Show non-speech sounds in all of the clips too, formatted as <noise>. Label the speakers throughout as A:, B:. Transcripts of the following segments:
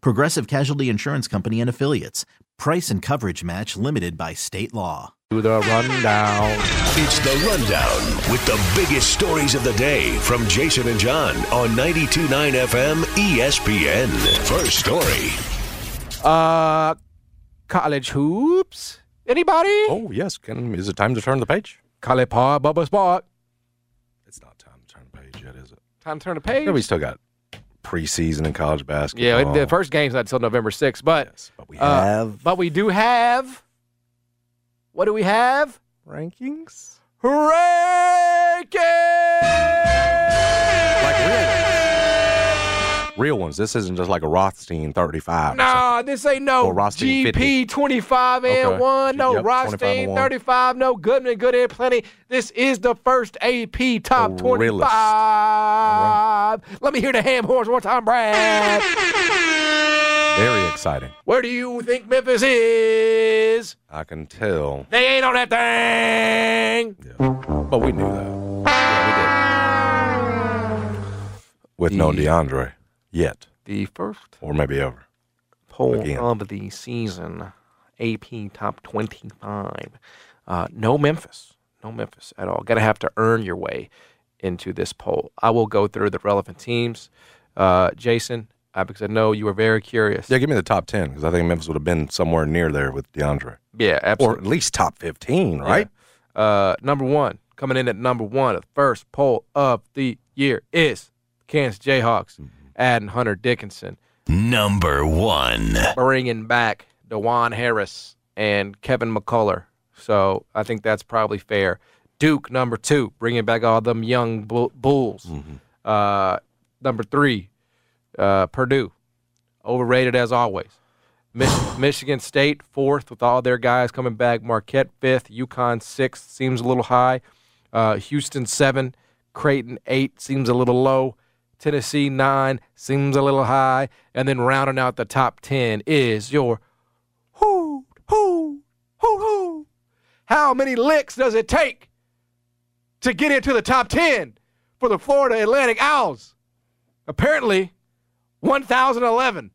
A: Progressive Casualty Insurance Company and Affiliates. Price and coverage match limited by state law.
B: Do the rundown.
C: It's the Rundown with the biggest stories of the day from Jason and John on 92.9 FM ESPN. First story.
B: Uh, college hoops. Anybody?
D: Oh yes, can is it time to turn the page?
B: College pod, bubble spot.
D: It's not time to turn the page yet, is it?
B: Time to turn the page.
D: Yeah, we still got preseason and college basketball.
B: yeah, the first game's not until November 6th, but
D: Yes, but we
B: uh,
D: have
B: but we do have. What do we have?
D: rankings.
B: Rankings.
D: Like real, real ones. This isn't just like a Rothstein thirty-five. or something.
B: Nah, this ain't no
D: Or Rothstein 50.
B: GP 25 and
D: Okay.
B: 1, no
D: Yep, 25 and
B: Rothstein
D: one.
B: 35, no Goodman, good and plenty. This is the first AP top
D: The realest.
B: 25. Let me hear the ham horns one time, Brad.
D: Very exciting.
B: Where do you think Memphis is?
D: I can tell.
B: They ain't on that thing.
D: But we knew that. Yeah, we did. With no
B: The-
D: DeAndre yet,
B: The first
D: or maybe ever.
B: poll
D: Again.
B: of the season, AP top 25. Uh, no Memphis. No Memphis at all. Gonna have to earn your way into this poll. I will go through the relevant teams. Uh, Jason, uh, because I know you were very curious.
D: Yeah, give me the top ten because I think Memphis would have been somewhere near there with DeAndre,
B: Yeah,
D: or
B: absolutely.
D: at least top fifteen, right?
B: Yeah. Uh, number one, coming in at number one, the first poll of the year is Kansas Jayhawks
D: Mm-hmm.
B: adding Hunter Dickinson,
C: Number one.
B: bringing back Dewan Harris and Kevin McCullough. So I think that's probably fair. Duke, number two, bringing back all them young bull- Bulls. Uh, number three, uh, Purdue, overrated as always. Mich- Michigan State fourth with all their guys coming back. Marquette fifth. UConn sixth seems a little high. Uh, Houston seven. Creighton eight seems a little low. Tennessee nine seems a little high. And then rounding out the top ten is your who who who who. How many licks does it take to get into the top ten for the Florida Atlantic Owls? Apparently, one thousand eleven.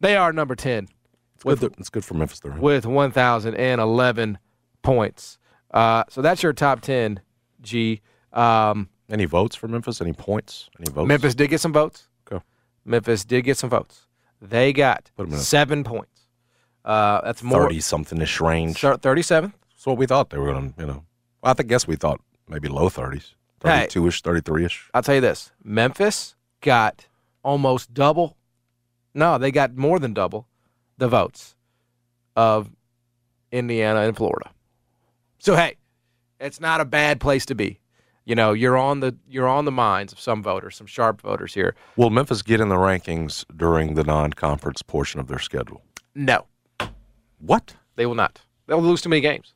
B: They are number 10
D: It's
B: With-
D: good, that- it's good for Memphis. Though.
B: with 1,011 points. Uh, so that's your top 10, G. Um,
D: Any votes for Memphis? Any points? Any votes?
B: Memphis did get some votes.
D: Okay.
B: Memphis did get some votes. They got
D: Put 'em in.
B: seven points. Uh, that's more.
D: thirty something ish range.
B: Thir- 37th.
D: That's what we thought they were going to. You know, well, I think guess we thought maybe low thirties,
B: Hey.
D: thirty-two ish, thirty-three ish.
B: I'll tell you this Memphis got almost double. No, they got more than double the votes of Indiana and Florida. So hey, it's not a bad place to be. You know, you're on the you're on the minds of some voters, some sharp voters here.
D: Will Memphis get in the rankings during the non-conference portion of their schedule?
B: No,
D: What?
B: they will not. They'll lose too many games.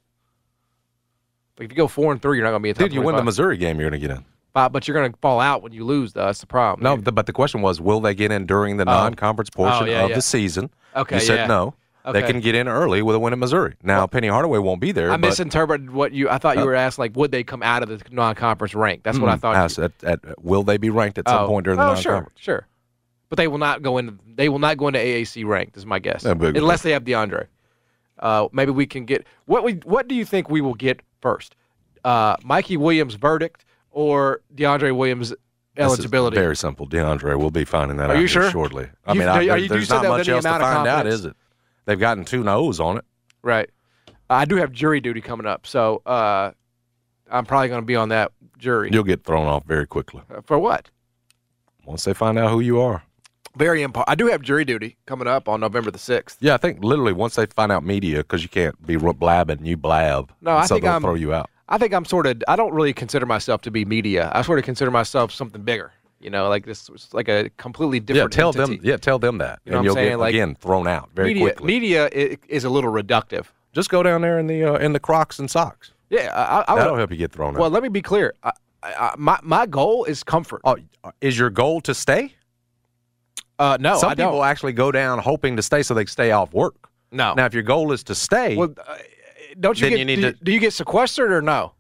B: Like if you go four and three, you're not going to be in.
D: Dude, you win the
B: 25.
D: Missouri game, you're going to get in.
B: Bob, but you're going to fall out when you lose. Though. That's the problem.
D: No, the, but the question was, will they get in during the non-conference portion
B: Oh, yeah,
D: of
B: yeah.
D: the season?
B: Okay,
D: you said
B: yeah.
D: no. They
B: Okay.
D: can get in early with a win at Missouri. Now Penny Hardaway won't be there.
B: I
D: but-
B: misinterpreted what you. I thought you
D: Uh,
B: were asking, like, would they come out of the non-conference rank? That's what I
D: Mm,
B: thought.
D: asked
B: you,
D: at- at- will they be ranked at some point during the
B: oh,
D: non-conference?
B: sure, sure. But they will not go into. They will not go into AAC ranked. Is my guess,
D: Yeah, big-
B: unless they have DeAndre. Uh, maybe we can get what we. What do you think we will get first? Uh, Mikey Williams' verdict or DeAndre Williams'
D: This is
B: eligibility?
D: Very simple. DeAndre, we'll be finding that
B: Are you
D: out here
B: sure?
D: shortly. I
B: You-
D: mean, I,
B: are you-
D: there-
B: you
D: there's
B: said
D: not
B: that with
D: much
B: any
D: else to
B: amount of
D: find out,
B: confidence.
D: is it? They've gotten two no's on it.
B: Right. I do have jury duty coming up, so uh, I'm probably going to be on that jury.
D: You'll get thrown off very quickly
B: Uh, For what?
D: once they find out who you are.
B: Very important. I do have jury duty coming up on November the 6th.
D: Yeah, I think literally once they find out media, because you can't be ro- blabbing, you blab.
B: No, I
D: so
B: think
D: they'll
B: I'm-
D: throw you out.
B: I think I'm sort of. I don't really consider myself to be media. I sort of consider myself something bigger. You know, like this, it's like a completely
D: Yeah,
B: different.
D: tell
B: entity.
D: them. Yeah, tell them that,
B: You know what I'm
D: and you'll
B: saying?
D: get
B: Like-
D: again thrown out very
B: media,
D: quickly.
B: Media i- is a little reductive.
D: Just go down there in the uh, in the Crocs and socks.
B: Yeah, I, I, I
D: That'll
B: would-
D: help you get thrown
B: Well,
D: out.
B: let me be clear. I, I, I- my my goal is comfort.
D: Well, Oh, uh, is your goal to stay?
B: Uh, no,
D: Some
B: I don't.
D: people actually go down hoping to stay so they can stay off work.
B: no.
D: Now, if your goal is to stay,
B: well, uh, don't you
D: Then
B: get?
D: you need
B: do,
D: to-
B: do you get sequestered or no?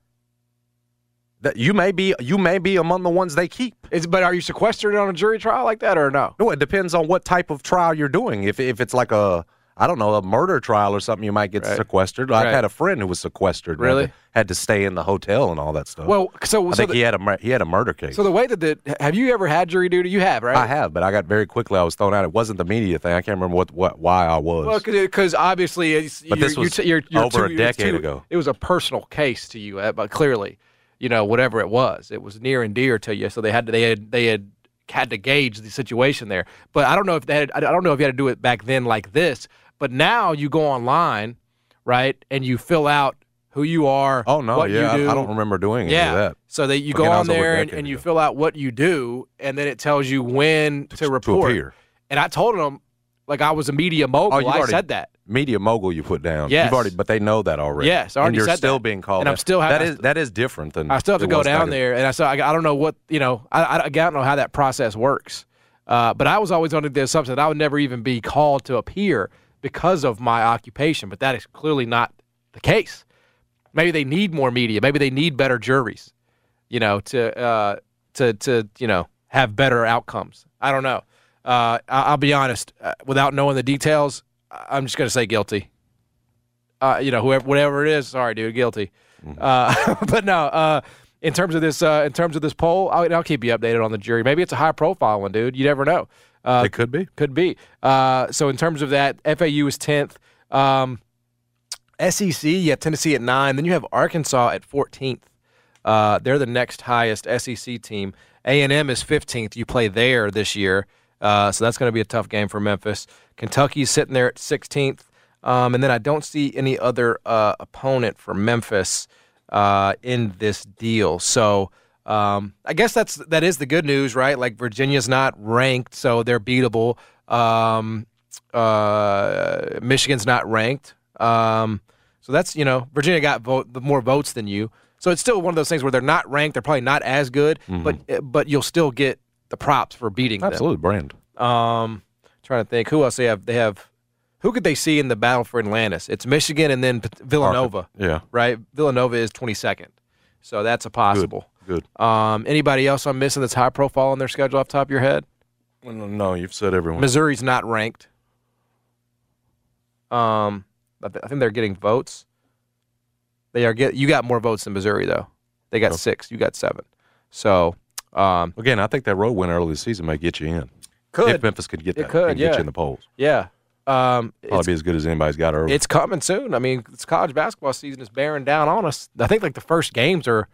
D: that you may be you may be among the ones they keep.
B: Is but are you sequestered on a jury trial like that or no?
D: No, it depends on what type of trial you're doing. If if it's like a I don't know a murder trial or something, you might get
B: Right.
D: sequestered. I've
B: Right.
D: had a friend who was sequestered. and
B: Really?
D: had to, had to stay in the hotel and all that stuff.
B: Well, so
D: I
B: so
D: think he
B: the,
D: had a mur- he had a murder case.
B: so the way that the have you ever had jury duty? You have right?
D: I have, but I got very quickly. I was thrown out. It wasn't the media thing. I can't remember what, what why I was.
B: Well, because obviously, it's,
D: But
B: you're,
D: this
B: you're
D: was
B: t- you're, you're
D: over a
B: too- you're
D: decade
B: too-
D: ago.
B: It was a personal case to you, uh, but clearly, you know, whatever it was, it was near and dear to you. So they had to, they had they had had to gauge the situation there. But I don't know if they had, I don't know if you had to do it back then like this. But now you go online, right, and you fill out who you are.
D: oh no,
B: what
D: yeah,
B: you do.
D: I, I don't remember doing any
B: Yeah.
D: of that.
B: So that you
D: Again,
B: go
D: I
B: on
D: was over a
B: there and,
D: decade
B: and you
D: ago.
B: fill out what you do, and then it tells you when to, report.
D: appear.
B: And I told them, like I was a media mogul.
D: Oh, you've
B: I
D: already-
B: said that.
D: Media mogul, you put down.
B: Yes.
D: You've already, but they know that already.
B: Yes, I already
D: and you're
B: said
D: still
B: that.
D: being called.
B: And I'm
D: out.
B: still
D: that
B: having-
D: is that is different than
B: I still have to
D: Mm, it
B: go
D: was back
B: down
D: in-
B: there, and I still, I, I don't know what you know. I, I, I don't know how that process works. Uh, but I was always under the assumption that I would never even be called to appear because of my occupation. But that is clearly not the case. Maybe they need more media. Maybe they need better juries. You know, to uh, to to you know have better outcomes. I don't know. Uh, I, I'll be honest, uh, without knowing the details, I- I'm just gonna say guilty. Uh, you know, whoever, whatever it is, sorry, dude, guilty. Uh, <laughs> but no, uh, in terms of this, uh, in terms of this poll, I'll, I'll keep you updated on the jury. Maybe it's a high profile one, dude. You never know. Uh,
D: It could be.
B: could be. Uh, so in terms of that, FAU is tenth. Um, SEC, you have Tennessee at nine. Then you have Arkansas at fourteenth. Uh, they're the next highest SEC team. A and M is fifteenth. You play there this year, uh, so that's going to be a tough game for Memphis. Kentucky's sitting there at sixteenth, um, and then I don't see any other uh, opponent for Memphis uh, in this deal. So um, I guess that's that is the good news, right? Like Virginia's not ranked, so they're beatable. Um, uh, Michigan's not ranked, um, so that's you know Virginia got vote more votes than you. So it's still one of those things where they're not ranked, they're probably not as good, but eh, but you'll still get the props for beating them.
D: Absolutely, brand.
B: Um, trying to think who else they have. They have who could they see in the battle for Atlantis? It's Michigan and then P- Villanova,
D: Yeah,
B: right? Villanova is 22nd, so that's a possible.
D: good.
B: Um, anybody else I'm missing that's high profile on their schedule off the top of your head?
D: Well, No, you've said everyone.
B: Missouri's not ranked. Um, I, th- I think they're getting votes. They are get you got more votes than Missouri though. They got six. You got seven. So um,
D: Again, I think that road win early this season may get you in. If Memphis could get
B: It
D: that,
B: could,
D: and
B: yeah.
D: get you in the polls.
B: yeah. Um,
D: Probably
B: it's,
D: be as good as anybody's got early.
B: it's coming soon. I mean, it's college basketball season is bearing down on us. I think like the first games are.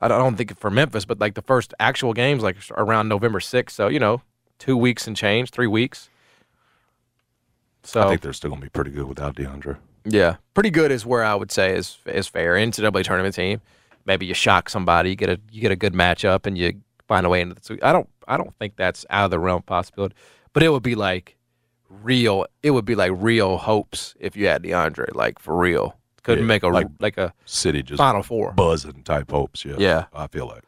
B: I don't- I don't think for Memphis, but like the first actual games like around November sixth. So you know, two weeks and change, three weeks. So
D: I think they're still going to be pretty good without DeAndre.
B: Yeah, pretty good is where I would say is is fair. NCAA tournament team, maybe you shock somebody, you get a you get a good matchup, and you find a way into the. Sweet- I don't I don't think that's out of the realm of possibility, but it would be like real. It would be like real hopes if you had DeAndre, like for real. Couldn't
D: Yeah,
B: make a like,
D: like-
B: a
D: City just
B: final four.
D: buzzing type hopes. Yeah,
B: Yeah.
D: I feel like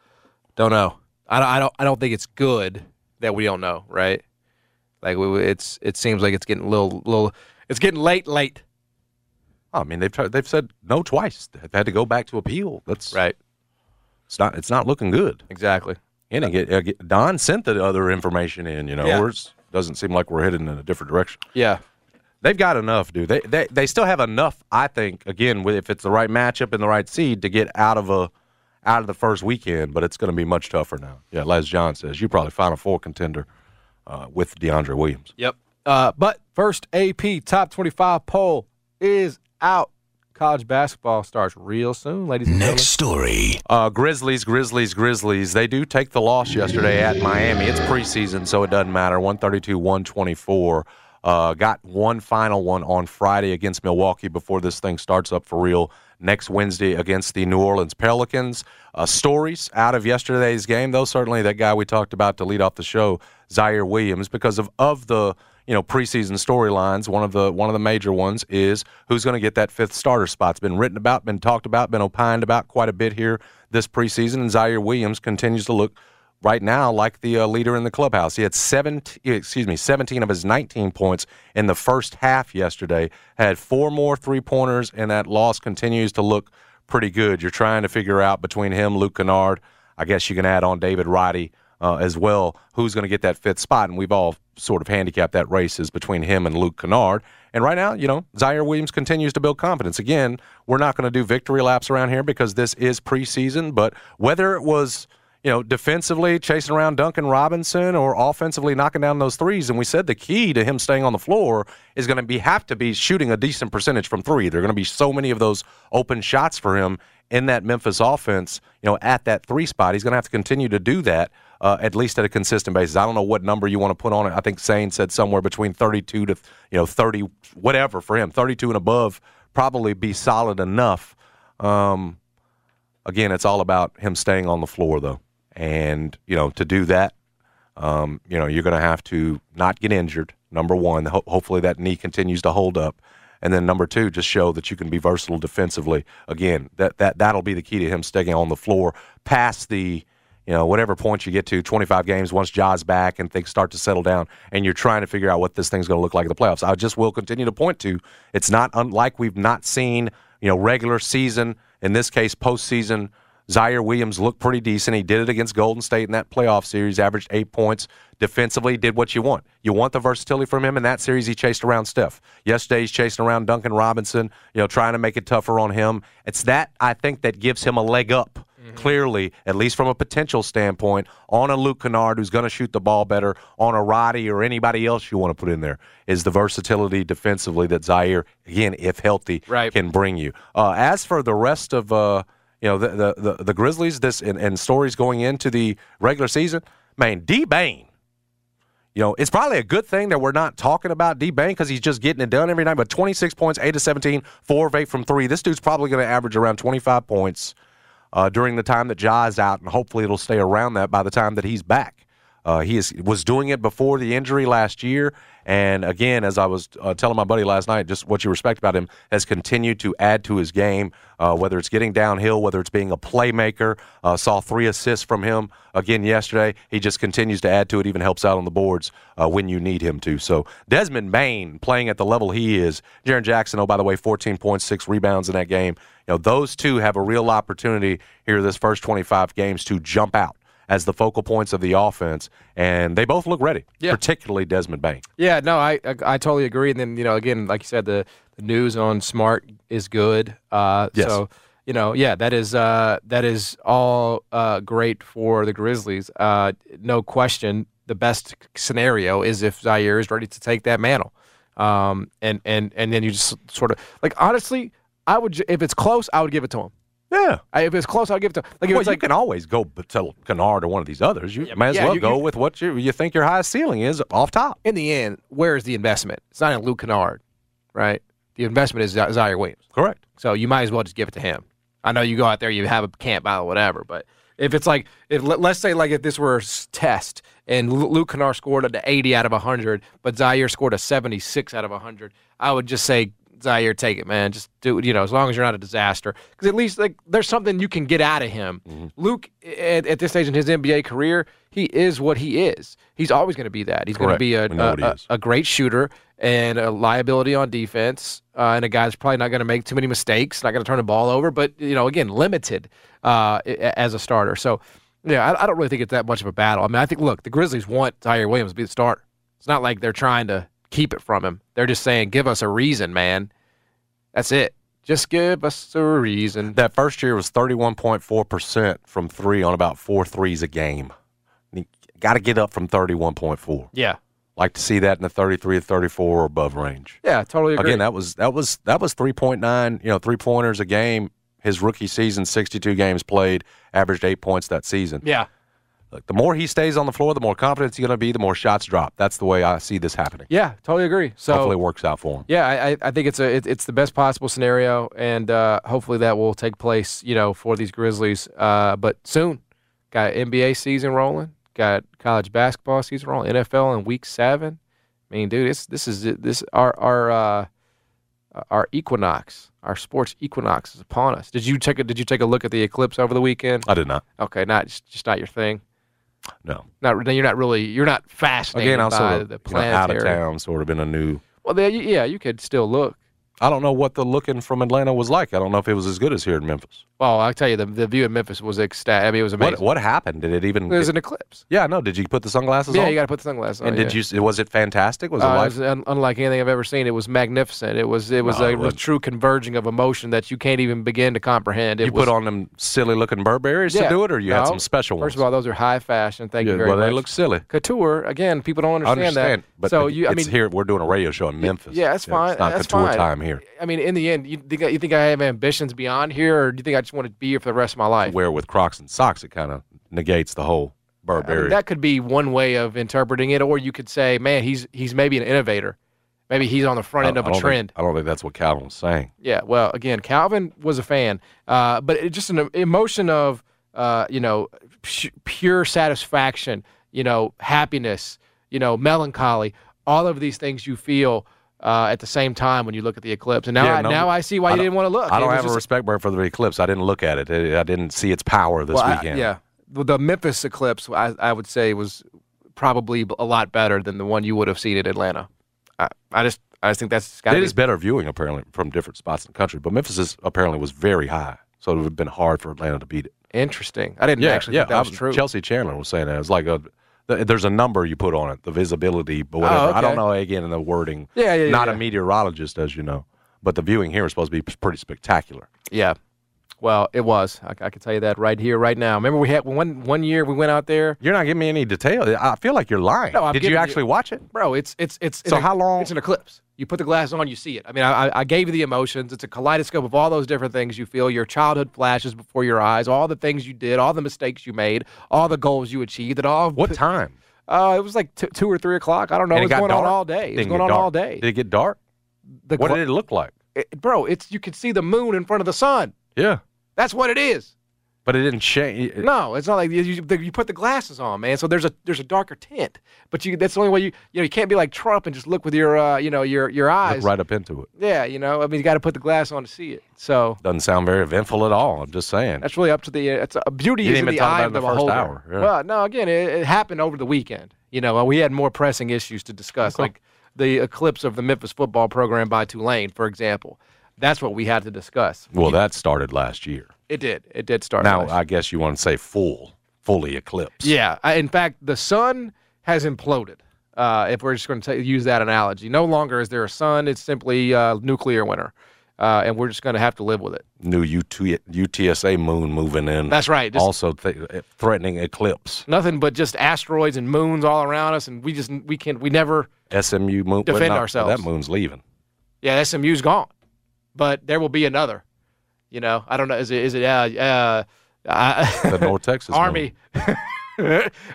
B: Don't know. I don't, I don't. I don't think it's good that we don't know, right? Like we, we- it's it seems like it's getting a little little. It's getting late, late.
D: I mean they've tried, they've said no twice. They've had to go back to appeal. That's
B: Right.
D: It's not it's not looking good.
B: Exactly.
D: And again, again, Don sent the other information in. You know,
B: Yeah.
D: We're- doesn't seem like we're heading in a different direction.
B: Yeah.
D: They've got enough, dude. They they they still have enough. I think again, with- if it's the right matchup and the right seed to get out of a out of the first weekend, but it's going to be much tougher now. Yeah, Les John says you're probably Final Four contender uh, with DeAndre Williams.
B: Yep. Uh, but first AP top 25 poll is out. College basketball starts real soon, ladies and
C: Next story.
D: Uh, Grizzlies, Grizzlies, Grizzlies. They do take the loss yesterday at Miami. It's preseason, so it doesn't matter. 132, 124. Uh, got one final one on Friday against Milwaukee before this thing starts up for real next Wednesday against the New Orleans Pelicans. Uh, stories out of yesterday's game, though, certainly that guy we talked about to lead off the show, Zaire Williams, because of, of the you know preseason storylines. One of the one of the major ones is who's going to get that fifth starter spot. It's been written about, been talked about, been opined about quite a bit here this preseason. And Zaire Williams continues to look right now like the uh, leader in the clubhouse. He had seven, excuse me, seventeen of his nineteen points in the first half yesterday. Had four more three pointers, and that loss continues to look pretty good. You're trying to figure out between him, Luke Kennard. I guess you can add on David Roddy uh, as well, who's going to get that fifth spot. And we've all sort of handicapped that race is between him and Luke Kennard. And right now, you know, Zaire Williams continues to build confidence. Again, we're not going to do victory laps around here because this is preseason, but whether it was. You know, defensively chasing around Duncan Robinson or offensively knocking down those threes. And we said the key to him staying on the floor is going to be have to be shooting a decent percentage from three. There are going to be so many of those open shots for him in that Memphis offense, you know, at that three spot. He's going to have to continue to do that uh, at least at a consistent basis. I don't know what number you want to put on it. I think Sane said somewhere between 32 to you know 30, whatever for him. 32 and above probably be solid enough. Um, again, it's all about him staying on the floor though, and you know to do that, um, you know you're going to have to not get injured. Number one, ho- hopefully that knee continues to hold up. And then number two, just show that you can be versatile defensively. Again, that that that'll be the key to him staying on the floor past the you know, whatever point you get to, 25 games, once Jaws back and things start to settle down, and you're trying to figure out what this thing's going to look like in the playoffs. I just will continue to point to it's not unlike we've not seen, you know, regular season, in this case, postseason. Zaire Williams looked pretty decent. He did it against Golden State in that playoff series, averaged eight points. Defensively, did what you want. You want the versatility from him. In that series, he chased around Steph. Yesterday, he's chasing around Duncan Robinson, you know, trying to make it tougher on him. It's that, I think, that gives him a leg up clearly, at least from a potential standpoint, on a Luke Kennard who's going to shoot the ball better, on a Roddy or anybody else you want to put in there, is the versatility defensively that Zaire, again, if healthy,
B: Right.
D: can bring you. Uh, as for the rest of uh, you know the the, the, the Grizzlies, this and, and stories going into the regular season, man, D Bain. You know, it's probably a good thing that we're not talking about D Bain because he's just getting it done every night. But 26 points, 8 of 17, 4 of 8 from 3. This dude's probably going to average around 25 points uh, during the time that Jai's out, and hopefully it'll stay around that by the time that he's back. Uh, he is, was doing it before the injury last year, and again, as I was uh, telling my buddy last night, just what you respect about him has continued to add to his game. Uh, whether it's getting downhill, whether it's being a playmaker, uh, saw three assists from him again yesterday. He just continues to add to it, even helps out on the boards uh, when you need him to. So Desmond Bain playing at the level he is. Jaron Jackson, oh by the way, 14 points, six rebounds in that game. You know, those two have a real opportunity here this first 25 games to jump out as the focal points of the offense, and they both look ready,
B: Yeah.
D: particularly Desmond Bain.
B: Yeah, no, I, I I totally agree. And then you know, again, like you said, the, the news on smart is good. Uh,
D: Yes.
B: So you know, yeah, that is uh, that is all uh, great for the Grizzlies. Uh, no question, the best scenario is if Zaire is ready to take that mantle. Um, and and and then you just sort of like honestly, I would ju- if it's close, I would give it to him.
D: Yeah.
B: I, if it's close, I'd give it to him. Like if
D: Well,
B: it's
D: you
B: like
D: can always go b- to Kennard or one of these others. You may as
B: yeah,
D: well
B: you-
D: go
B: you-
D: with what you you think your highest ceiling is off top.
B: in the end, where is the investment? It's not in Luke Kennard, right? The investment is Z- Zaire Williams.
D: Correct.
B: So you might as well just give it to him. I know you go out there, you have a camp battle, whatever. But if it's like, if let- let's say like if this were a s- test and Lu- Luke Kennard scored an 80 out of 100, but Zaire scored a 76 out of 100, I would just say Zaire, take it, man. Just do it. You know, as long as you're not a disaster, because at least like there's something you can get out of him.
D: Mm-hmm.
B: Luke, at, at this stage in his NBA career, he is what he is. He's always going to be that. He's going to
D: Correct.
B: be a,
D: We know
B: a-
D: what he
B: a-
D: is.
B: a great shooter and a liability on defense, uh, and a guy that's probably not going to make too many mistakes, not going to turn the ball over, but you know, again, limited uh, i- a- as a starter. So, yeah, I, I don't really think it's that much of a battle. I mean, I think look, the Grizzlies want Tyre Williams to be the starter. It's not like they're trying to keep it from him. They're just saying, give us a reason, man. That's it. Just give us a reason.
D: That first year was 31.4% from three on about four threes a game. Got to get up from 31.4.
B: Yeah,
D: Like to see that in the 33 to 34 or above range.
B: Yeah, totally agree.
D: Again, that was that was that was 3.9, you know, three pointers a game. His rookie season, 62 games played, averaged eight points that season.
B: yeah,
D: Look, the more he stays on the floor, the more confident he's going to be, the more shots drop. That's the way I see this happening.
B: yeah, totally agree. So
D: Hopefully, it works out for him.
B: Yeah, I, I- I think it's a it, it's the best possible scenario, and uh, hopefully that will take place, you know, for these Grizzlies. Uh, but soon, got NBA season rolling, got college basketball season rolling, NFL in week seven. I mean, dude, it's this is it. this our our uh, our equinox, our sports equinox is upon us. Did you take a, Did you take a look at the eclipse over the weekend?
D: I did not.
B: Okay, not just, just not your thing.
D: No.
B: Not you're not really you're not fascinated
D: Again, I was
B: by
D: sort of
B: the
D: you know, out
B: planetary.
D: of town, sort of in a new.
B: Well, there, you- yeah, you could still look.
D: I don't know what the looking from Atlanta was like. I don't know if it was as good as here in Memphis.
B: Well, Oh, I'll tell you, the, the view in Memphis was ecstatic. I mean, it was amazing.
D: What what happened? Did it even?
B: There's an eclipse.
D: yeah, no. Did you put the sunglasses
B: Yeah,
D: on?
B: you got to put the sunglasses on.
D: and did
B: yeah.
D: you? Was it fantastic? Was
B: Uh,
D: it
B: it
D: life?
B: was un- unlike anything I've ever seen. It was magnificent. It was it was
D: No,
B: a
D: it wasn't.
B: true converging of emotion that you can't even begin to comprehend. It
D: you
B: was,
D: put on them silly looking Burberrys
B: Yeah.
D: to do it, or you had
B: No.
D: some special ones?
B: First of all, those are high fashion. Thank
D: Yeah,
B: you very
D: well,
B: much.
D: they look silly.
B: couture again. People don't
D: I
B: understand,
D: understand,
B: that.
D: but
B: so
D: it-
B: you, I
D: it's
B: mean,
D: here we're doing a radio show in Memphis.
B: yeah, that's fine.
D: It's not
B: That's
D: couture
B: fine.
D: time here.
B: I mean, in the end, you think I- you think I have ambitions beyond here, or do you think I just want to be here for the rest of my life?
D: Where with Crocs and socks, it kind of negates the whole
B: I mean,
D: Burberry.
B: that could be one way of interpreting it, or you could say, man, he's he's maybe an innovator. Maybe he's on the front end
D: I-
B: of
D: I
B: a
D: don't think-
B: trend.
D: I don't think that's what Calvin was saying.
B: Yeah, well, again, Calvin was a fan, uh, but it, just an emotion of uh, you know pu- pure satisfaction, you know happiness, you know melancholy, all of these things you feel uh, at the same time when you look at the eclipse. And now,
D: Yeah,
B: I,
D: no,
B: now I see why you
D: don't-
B: didn't want to look.
D: I
B: It
D: don't
B: was
D: have a
B: just-
D: respect burn for the eclipse. I didn't look at it. I I didn't see its power this
B: well, I-
D: weekend.
B: yeah, Well, the Memphis eclipse, I, I would say, was probably a lot better than the one you would have seen in Atlanta. I, I just I just think that's got to
D: It
B: be
D: is better viewing apparently from different spots in the country, but Memphis is, apparently was very high, so it would have been hard for Atlanta to beat it.
B: interesting. I didn't actually think that
D: I
B: was
D: was-
B: true.
D: Chelsea Chandler was saying that it's like a th- there's a number you put on it, the visibility, but whatever. I
B: Oh,
D: don't
B: okay.
D: know again in the wording.
B: Yeah, yeah, yeah,
D: Not a
B: yeah.
D: meteorologist, as you know, but the viewing here is supposed to be pretty spectacular.
B: Yeah. Well, it was. I, I can tell you that right here, right now. Remember, we had one one year we went out there,
D: You're not giving me any detail. I feel like you're lying.
B: No, I'm
D: Did you
B: giving you-
D: actually watch it?
B: bro. It's it's it's
D: So
B: an-
D: how long-
B: It's an eclipse. You put the glass on, you see it. I mean, I, I- I gave you the emotions. It's a kaleidoscope of all those different things you feel. Your childhood flashes before your eyes. All the things you did, all the mistakes you made, all the goals you achieved. It all.
D: What time?
B: Uh, it was like t- two or three o'clock. I don't know. it
D: And
B: was
D: got
B: going on
D: dark?
B: all day. It was
D: Didn't
B: going
D: get
B: on all
D: dark.
B: day.
D: Did it get dark?
B: The
D: What
B: gla-
D: did it look like?
B: it- bro, it's you could see the moon in front of the sun.
D: Yeah,
B: That's what it is.
D: but it didn't change.
B: No, it's not like you, you, you put the glasses on, man. So there's a there's a darker tint, but you that's the only way you you know you can't be like Trump and just look with your uh, you know your your eyes.
D: Look right up into it.
B: Yeah, you know, I mean, you got to put the glass on to see it. So
D: Doesn't sound very eventful at all. I'm just saying.
B: that's really up to the uh, it's a beauty
D: You
B: is
D: didn't
B: in
D: even
B: the
D: talk
B: eye
D: about
B: of
D: it
B: the
D: in the first
B: beholder.
D: hour, yeah.
B: Well, no, again, it, it happened over the weekend. You know, we had more pressing issues to discuss, like the eclipse of the Memphis football program by Tulane, for example. That's what we had to discuss.
D: well, that started last year.
B: It did. It did start.
D: Now,
B: last
D: I guess you want to say full, fully eclipse.
B: Yeah. I, in fact, the sun has imploded. Uh, if we're just going to use that analogy, no longer is there a sun. It's simply uh, nuclear winter, uh, and we're just going to have to live with it.
D: New UT, UTSA moon moving in.
B: That's right. Just
D: also th- uh, threatening eclipse.
B: nothing but just asteroids and moons all around us, and we just we can we never.
D: SMU moon.
B: Defend
D: not-
B: ourselves.
D: That moon's leaving.
B: Yeah, SMU's gone, but there will be another. You know, I don't know. Is it is it uh, uh,
D: The
B: I, <laughs>
D: North Texas moon.
B: Army? <laughs>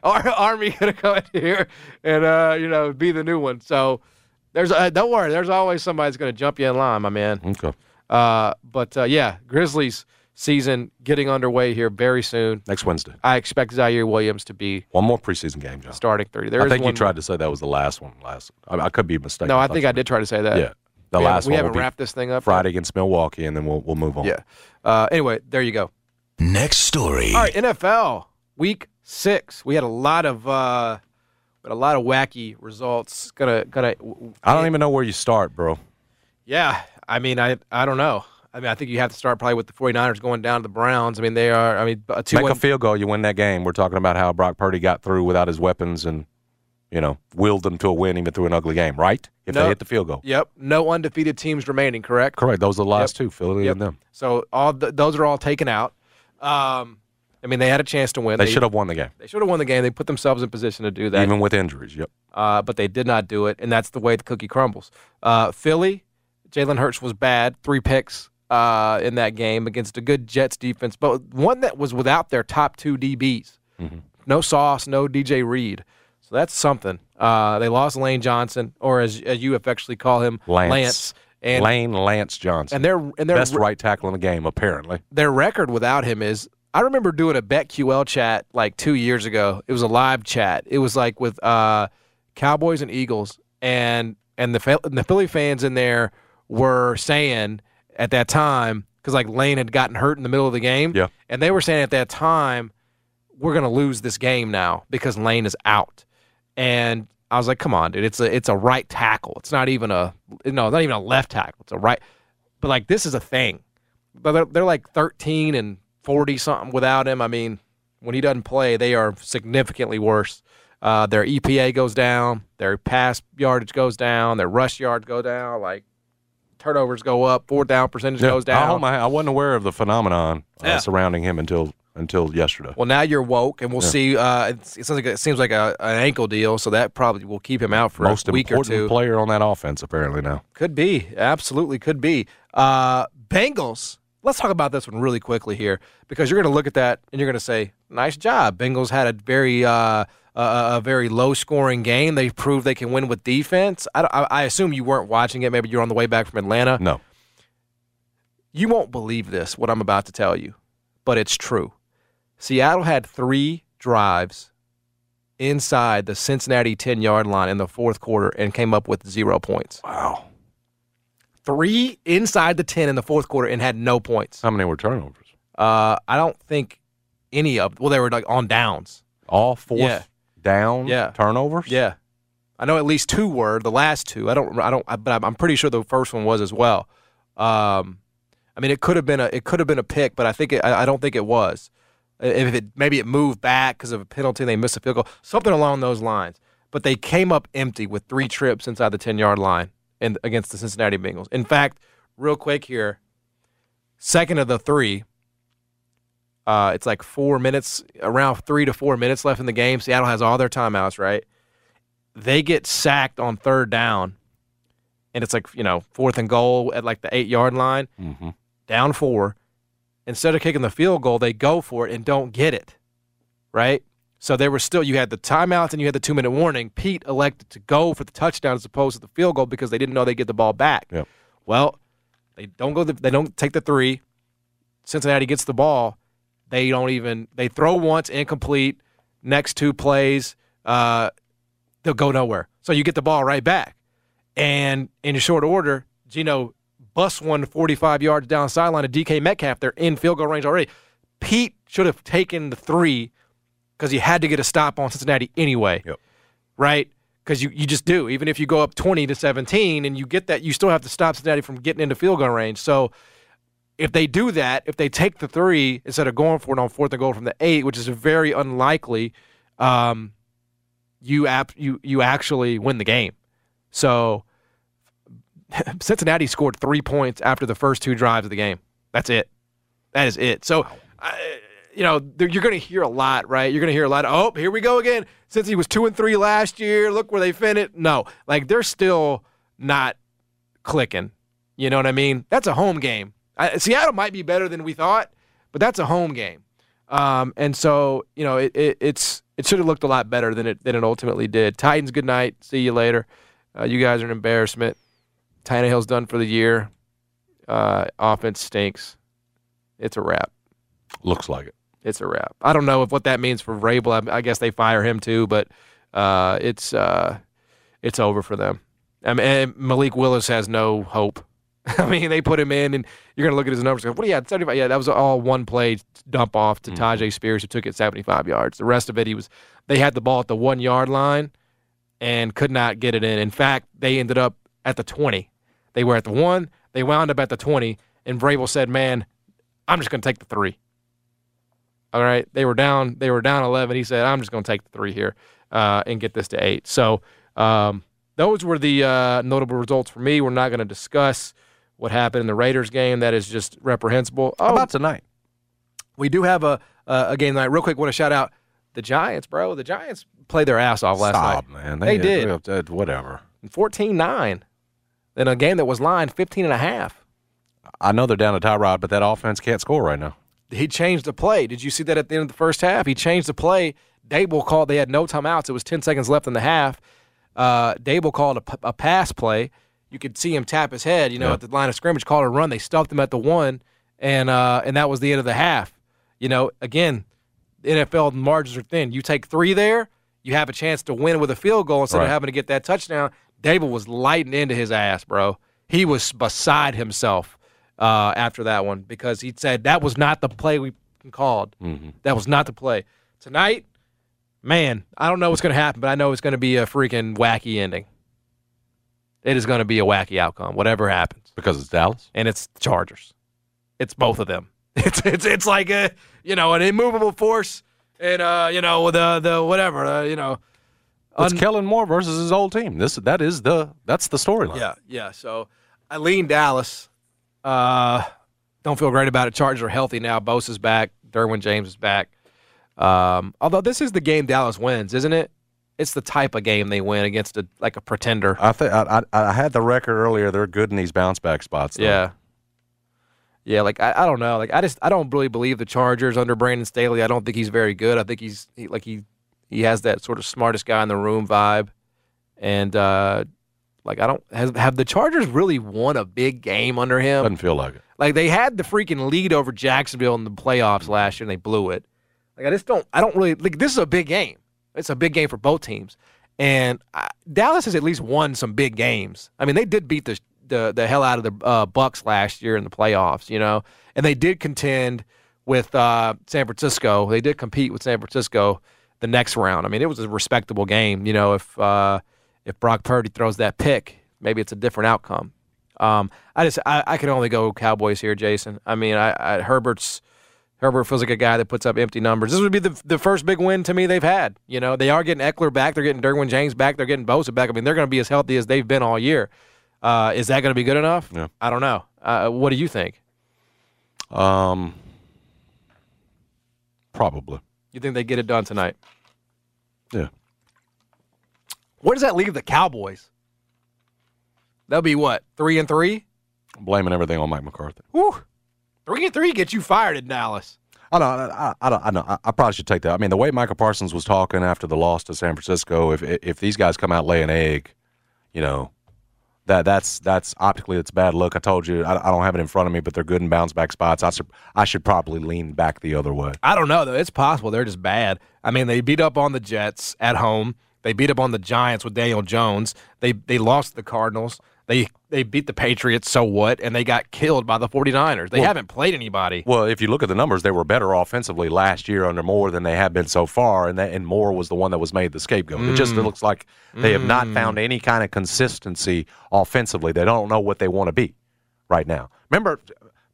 B: Ar- Army gonna come in here and uh, you know be the new one. So there's uh, don't worry. There's always somebody that's gonna jump you in line, my man.
D: Okay.
B: Uh, but uh, yeah, Grizzlies season getting underway here very soon.
D: Next Wednesday.
B: I expect Zaire Williams to be
D: One more preseason game, John.
B: starting thirty. There
D: I
B: is
D: think you
B: one-
D: tried to say that was the last one. Last. I, I could be mistaken.
B: No, I
D: thought
B: think
D: you
B: I did try to say that.
D: meant- Yeah. The
B: we
D: last
B: haven't, we
D: one
B: haven't
D: will
B: wrapped this thing
D: be
B: up.
D: Friday against Milwaukee, and then we'll we'll move on.
B: Yeah. Uh, anyway, there you go.
C: Next story.
B: All right, NFL week six. We had a lot of uh, but a lot of wacky results. Gonna gonna.
D: I don't even know where you start, bro.
B: Yeah, I mean, I I don't know. I mean, I think you have to start probably with the 49ers going down to the Browns. I mean, they are. I mean, a two
D: Make a
B: one
D: field goal, you win that game. We're talking about how Brock Purdy got through without his weapons and, you know, willed them to a win even through an ugly game, right? If
B: No.
D: they hit the field goal.
B: Yep. No undefeated teams remaining, correct?
D: Correct. Those are the last two, Philly
B: Yep.
D: and them.
B: So all th- those are all taken out. Um, I mean, they had a chance to win.
D: They should have won the game,
B: They should have won the game. They put themselves in position to do that,
D: even with injuries. Yep.
B: uh, but they did not do it, and that's the way the cookie crumbles. Uh, Philly, Jalen Hurts was bad. Three picks uh, in that game against a good Jets defense, but one that was without their top two DBs.
D: Mm-hmm.
B: No Sauce, no DJ Reed. So that's something. Uh, they lost Lane Johnson, or as, as you affectionately call him,
D: Lance.
B: and
D: Lane Lance Johnson.
B: and their and their
D: Best right tackle in the game, apparently.
B: their record without him is I remember doing a BetQL chat like two years ago. It was a live chat. It was like with uh, Cowboys and Eagles, and and the Phil- the Philly fans in there were saying at that time because like Lane had gotten hurt in the middle of the game,
D: Yeah.
B: and they were saying at that time we're gonna lose this game now because Lane is out, and I was like, come on, dude, it's a it's a right tackle. It's not even a no, it's not even a left tackle. It's a right, but like this is a thing but they're, they're like 13 and 40 something without him. I mean, when he doesn't play, they are significantly worse. Uh, their EPA goes down, their pass yardage goes down, their rush yards go down, like turnovers go up, fourth down percentage goes
D: I,
B: down.
D: hope I- I wasn't aware of the phenomenon uh,
B: Yeah.
D: surrounding him until until yesterday.
B: well, now you're woke, and we'll see. Uh, it's- it, sounds like, it seems like a, an ankle deal, so that probably will keep him out for
D: Most
B: a week or
D: important
B: two.
D: player on that offense, apparently now.
B: Could be. Absolutely could be. Uh, Bengals. Let's talk about this one really quickly here because you're going to look at that and you're going to say, "Nice job, Bengals had a very uh, a, a a very low scoring game. They proved they can win with defense." I, don't- I, I assume you weren't watching it. Maybe you're on the way back from Atlanta.
D: No,
B: You won't believe this what I'm about to tell you, but it's true. Seattle had three drives inside the Cincinnati 10 yard line in the fourth quarter and came up with zero points
D: wow.
B: three inside the 10 in the fourth quarter and had no points.
D: How many were turnovers?
B: Uh, I don't think any of well, they were like on downs.
D: All fourth
B: Yeah.
D: down
B: Yeah.
D: turnovers.
B: Yeah, I know at least two were the last two. I don't, I don't, I, but I'm- I'm pretty sure the first one was as well. Um, I mean, it could have been a it could have been a pick, but I think it, I, I don't think it was. If it maybe it moved back because of a penalty, and they missed a field goal, something along those lines. But they came up empty with three trips inside the ten yard line and against the Cincinnati Bengals. In fact, real quick here, second of the three. Uh, it's like four minutes, around three to four minutes left in the game. Seattle has all their timeouts, right? They get sacked on third down, and it's like you know fourth and goal at like the eight yard line,
D: Mhm.
B: down four. Instead of kicking the field goal, they go for it and don't get it, right? So there were still you had the timeouts and you had the two minute warning. Pete elected to go for the touchdown as opposed to the field goal because they didn't know they'd get the ball back.
D: Yep.
B: Well, they don't go. The, they don't take the three. Cincinnati gets the ball. They don't even. They throw once, incomplete. Next two plays, uh, they'll go nowhere. So you get the ball right back, and in short order, Gino busts one 45 yards down sideline to DK Metcalf. They're in field goal range already. Pete should have taken the three because he had to get a stop on Cincinnati anyway right? Because you, you just do. Even if you go up 20 to 17 and you get that, you still have to stop Cincinnati from getting into field goal range. So if they do that, if they take the three instead of going for it on fourth and goal from the eight, which is very unlikely, um, you, ap- you, you actually win the game. So Cincinnati scored three points after the first two drives of the game. That's it. That is it. So, I, you know, there- you're going to hear a lot, right? You're going to hear a lot. Of, oh, here we go again. Since he was two and three last year, look where they finished. No, like they're still not clicking. You know what I mean? That's a home game. I, Seattle might be better than we thought, but that's a home game. Um, and so, you know, it, it it's it should have looked a lot better than it than it ultimately did. Titans, good night. See you later. Uh, you guys are an embarrassment. Tannehill's done for the year. Uh, offense stinks. It's a wrap.
D: looks like it.
B: It's a wrap. I don't know if what that means for Vrabel. I, I guess they fire him too, but uh, it's uh, it's over for them. I mean, and Malik Willis has no hope. <laughs> I mean, they put him in, and you're gonna look at his numbers. Go, what do you had? Seventy-five. Yeah, that was all one play dump off to Tajay Spears, who took it seventy-five yards. The rest of it, he was. They had the ball at the one-yard line, and could not get it in. In fact, they ended up at the twenty. They were at the one. They wound up at the twenty, and Vrabel said, "Man, I'm just gonna take the three. All right, they were down. They were down eleven. He said, "I'm just going to take the three here uh, and get this to eight. So um, those were the uh, notable results for me. We're not going to discuss what happened in the Raiders game. That is just reprehensible.
D: How
B: Oh,
D: about tonight?
B: We do have a a, a game night. Real quick, want to shout out the Giants, bro. The Giants played their ass off last
D: Stop,
B: night.
D: man.
B: They, did.
D: did. uh, Whatever.
B: 14-9 in a game that was lined 15 and a half.
D: I know they're down to Tyrod, but that offense can't score right now.
B: He changed the play. Did you see that at the end of the first half? He changed the play. Dable called. They had no timeouts. It was 10 seconds left in the half. Uh, Dable called a, p- a pass play. You could see him tap his head, you know, at the line of scrimmage, called a run. They stuffed him at the one, and uh, and that was the end of the half. You know, again, the NFL margins are thin. You take three there, you have a chance to win with a field goal instead
D: Right.
B: of having to get that touchdown. Dable was lighting into his ass, bro. He was beside himself uh, after that one because he said that was not the play we called. That was not the play tonight. Man, I don't know what's going to happen, but I know it's going to be a freaking wacky ending. It is going to be a wacky outcome, whatever happens.
D: Because it's Dallas.
B: And it's Chargers. It's both of them. <laughs> It's it's it's like a you know an immovable force, and uh you know the the whatever uh, you know.
D: It's
B: Un-
D: Kellen Moore versus his old team. This that is the that's the storyline.
B: Yeah, yeah. So I lean Dallas. Uh, don't feel great about it. Chargers are healthy now. Bosa's back. Derwin James is back. Um, although this is the game Dallas wins, isn't it? It's the type of game they win against a like a pretender.
D: I think I, I I had the record earlier. They're good in these bounce back spots. though.
B: Yeah. Yeah, like I, I don't know. Like I just I don't really believe the Chargers under Brandon Staley. I don't think he's very good. I think he's he, like he he has that sort of smartest guy in the room vibe. And uh like I don't has, have the Chargers really won a big game under him?
D: doesn't feel like it.
B: Like they had the freaking lead over Jacksonville in the playoffs last year and they blew it. Like I just don't I don't really like this is a big game. It's a big game for both teams. And I, Dallas has at least won some big games. I mean, they did beat the the, the hell out of the uh, Bucks last year in the playoffs, you know. And they did contend with uh, San Francisco. They did compete with San Francisco the next round. I mean, it was a respectable game, you know, if uh, if Brock Purdy throws that pick, maybe it's a different outcome. Um, I just I, I can only go Cowboys here, Jason. I mean, I, I Herbert's Herbert feels like a guy that puts up empty numbers. This would be the the first big win to me they've had. You know, they are getting Eckler back, they're getting Derwin James back, they're getting Bosa back. I mean, they're going to be as healthy as they've been all year. Uh, is that going to be good enough?
D: Yeah.
B: I don't know. Uh, what do you think?
D: Um, probably.
B: You think they get it done tonight?
D: Yeah.
B: Where does that leave the Cowboys? That'll be what three and three.
D: Blaming everything on Mike McCarthy.
B: Whew. Three and three gets you fired in Dallas.
D: I don't. I, I, I don't. I know. I, I probably should take that. I mean, the way Michael Parsons was talking after the loss to San Francisco, if if these guys come out laying egg, you know, that that's that's optically it's bad look. I told you. I, I don't have it in front of me, but they're good in bounce back spots. I should I should probably lean back the other way.
B: I don't know though. It's possible they're just bad. I mean, they beat up on the Jets at home. They beat up on the Giants with Daniel Jones. They they lost to the Cardinals. They they beat the Patriots, so what? And they got killed by the 49ers. They haven't played anybody.
D: Well, if you look at the numbers, they were better offensively last year under Moore than they have been so far, and that, and Moore was the one that was made the scapegoat. It just looks like they have not found any kind of consistency offensively. They don't know what they want to be right now. Remember,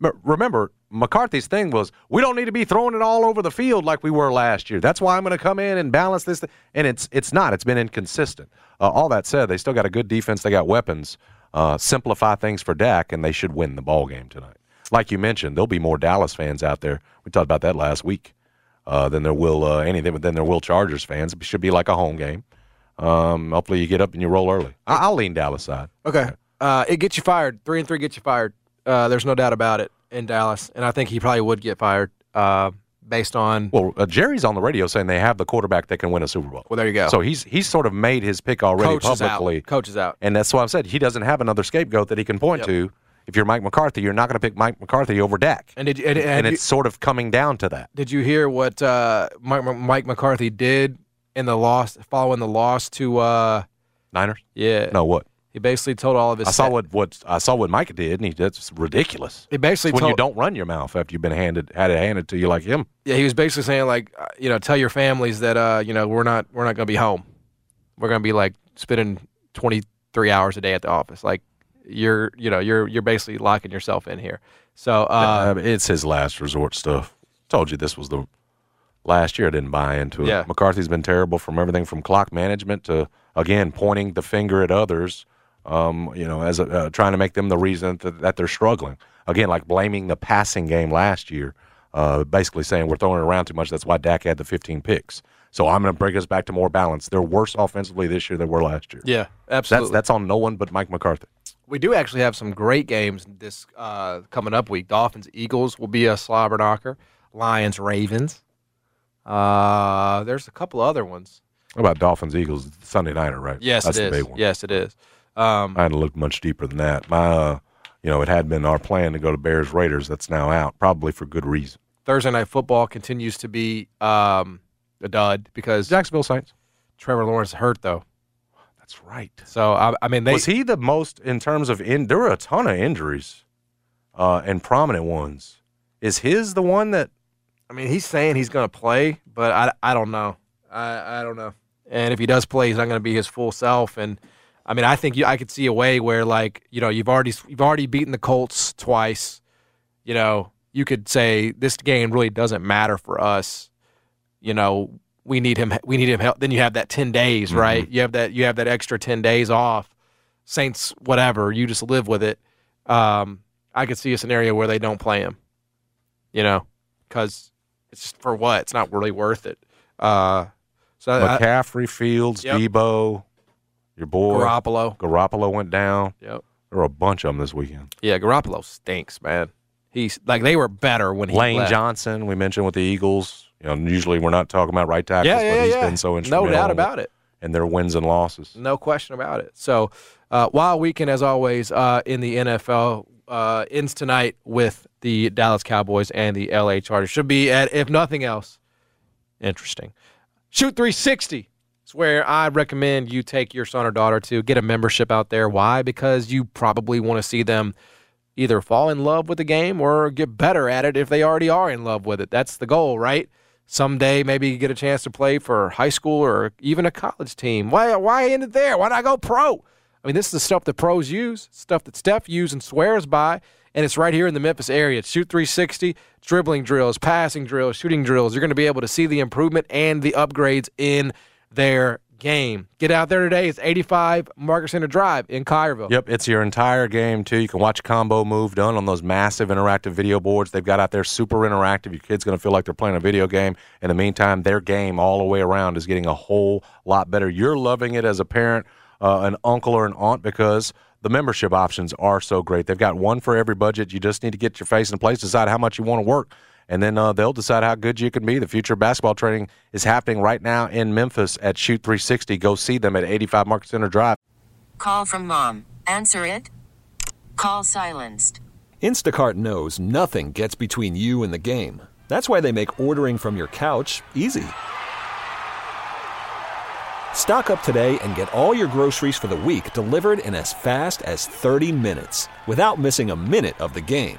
D: m- remember McCarthy's thing was we don't need to be throwing it all over the field like we were last year. That's why I'm going to come in and balance this. Th-. And it's it's not. It's been inconsistent. Uh, all that said, they still got a good defense. They got weapons. Uh, simplify things for Dak, and they should win the ball game tonight like you mentioned, there'll be more Dallas fans out there. We talked about that last week. Uh, than there will uh, anything, but then there will Chargers fans. It should be like a home game. Um, hopefully, you get up and you roll early. I- I'll lean Dallas side.
B: Okay. Uh, it gets you fired. Three and three gets you fired. Uh, there's no doubt about it in Dallas, and I think he probably would get fired uh, based on. Well,
D: Well, uh, Jerry's on the radio saying they have the quarterback that can win a Super Bowl.
B: there you go.
D: So he's he's sort of made his pick already
B: coach is
D: publicly,
B: out. Coach is out.
D: and that's why I said he doesn't have another scapegoat that he can point
B: Yep.
D: to. If you're Mike McCarthy, you're not going to pick Mike McCarthy over Dak,
B: And did you- and, and,
D: and
B: you-
D: it's sort of coming down to that.
B: Did you hear what uh, Mike, Mike McCarthy did in the loss following the loss to uh,
D: Niners?
B: yeah?
D: No, what?
B: he basically told all of his.
D: I saw
B: sta-
D: what, what I saw what Micah did, and he that's ridiculous.
B: he basically
D: It's when
B: told.
D: you don't run your mouth after you've been handed had it handed to you like him.
B: Yeah, he was basically saying like, uh, you know, tell your families that uh, you know we're not we're not gonna be home. We're gonna be like spending twenty three hours a day at the office. Like you're you know you're you're basically locking yourself in here. So uh,
D: I mean, it's his last resort stuff. Told you this was the last year. I didn't buy into it.
B: Yeah.
D: McCarthy's been terrible from everything from clock management to again pointing the finger at others. Um, you know, as a, uh, trying to make them the reason that, that they're struggling. Again, like blaming the passing game last year. uh, basically saying we're throwing it around too much. That's why Dak had the 15 picks. So I'm going to bring us back to more balance. They're worse offensively this year than they were last year.
B: Yeah,
D: That's,
B: absolutely.
D: that's on no one but Mike McCarthy.
B: we do actually have some great games this uh, coming up week. Dolphins Eagles will be a slobber knocker. Lions Ravens. Uh, there's a couple other ones.
D: What about Dolphins Eagles Sunday nighter, right?
B: Yes,
D: that's
B: it
D: the
B: is.
D: big one.
B: Yes, it is. Um,
D: I hadn't looked much deeper than that. My, uh, you know, it had been our plan to go to Bears Raiders. That's now out, probably for good reason.
B: Thursday night football continues to be um, a dud because
D: Jacksonville Saints.
B: Trevor Lawrence hurt though.
D: That's right.
B: So I, I mean, they
D: was he the most in terms of in? There were a ton of injuries, uh, and prominent ones. Is his the one that?
B: I mean, he's saying he's going to play, but I, I don't know. I, I don't know. And if he does play, he's not going to be his full self. And I mean, I think you, I could see a way where, like, you know, you've already you've already beaten the Colts twice. You know, you could say this game really doesn't matter for us. You know, we need him. We need him help. Then you have that ten days, right? You have that. You have that extra ten days off. Saints, whatever. You just live with it. Um, I could see a scenario where they don't play him. You know, because it's just for what? It's not really worth it. Uh, so I, I,
D: McCaffrey, Fields,
B: Yep.
D: Debo, your boy
B: Garoppolo.
D: Garoppolo went down.
B: Yep.
D: There were a bunch of them this weekend.
B: Yeah, Garoppolo stinks, man. He's like they were better when he
D: Lane
B: left.
D: Johnson, we mentioned with the Eagles. You know, usually we're not talking about right tackles,
B: Yeah, yeah,
D: but
B: yeah,
D: he's
B: yeah.
D: been so instrumental.
B: no doubt about it.
D: And their wins and losses.
B: No question about it. So, uh, wild weekend as always uh, in the NFL uh, ends tonight with the Dallas Cowboys and the LA Chargers. Should be at if nothing else, interesting. Shoot 360 is where I recommend you take your son or daughter to get a membership out there. Why? Because you probably want to see them either fall in love with the game or get better at it if they already are in love with it. That's the goal, right? Someday maybe you get a chance to play for high school or even a college team. Why why end it there? Why not go pro? I mean, this is the stuff that pros use, stuff that Steph uses and swears by, and it's right here in the Memphis area. It's shoot 360, dribbling drills, passing drills, shooting drills. You're going to be able to see the improvement and the upgrades in their game. Get out there today. It's 85 Market Center Drive in Collierville.
D: Yep, it's your entire game too. You can watch combo move done on those massive interactive video boards they've got out there. Super interactive. Your kid's going to feel like they're playing a video game. In the meantime, their game all the way around is getting a whole lot better. You're loving it as a parent, uh, an uncle or an aunt because the membership options are so great. They've got one for every budget. You just need to get your face in place, decide how much you want to work and then uh, they'll decide how good you can be. The future of basketball training is happening right now in Memphis at Shoot 360. Go see them at 85 Market Center Drive.
E: Call from mom. Answer it. Call silenced.
F: Instacart knows nothing gets between you and the game. That's why they make ordering from your couch easy. Stock up today and get all your groceries for the week delivered in as fast as 30 minutes without missing a minute of the game.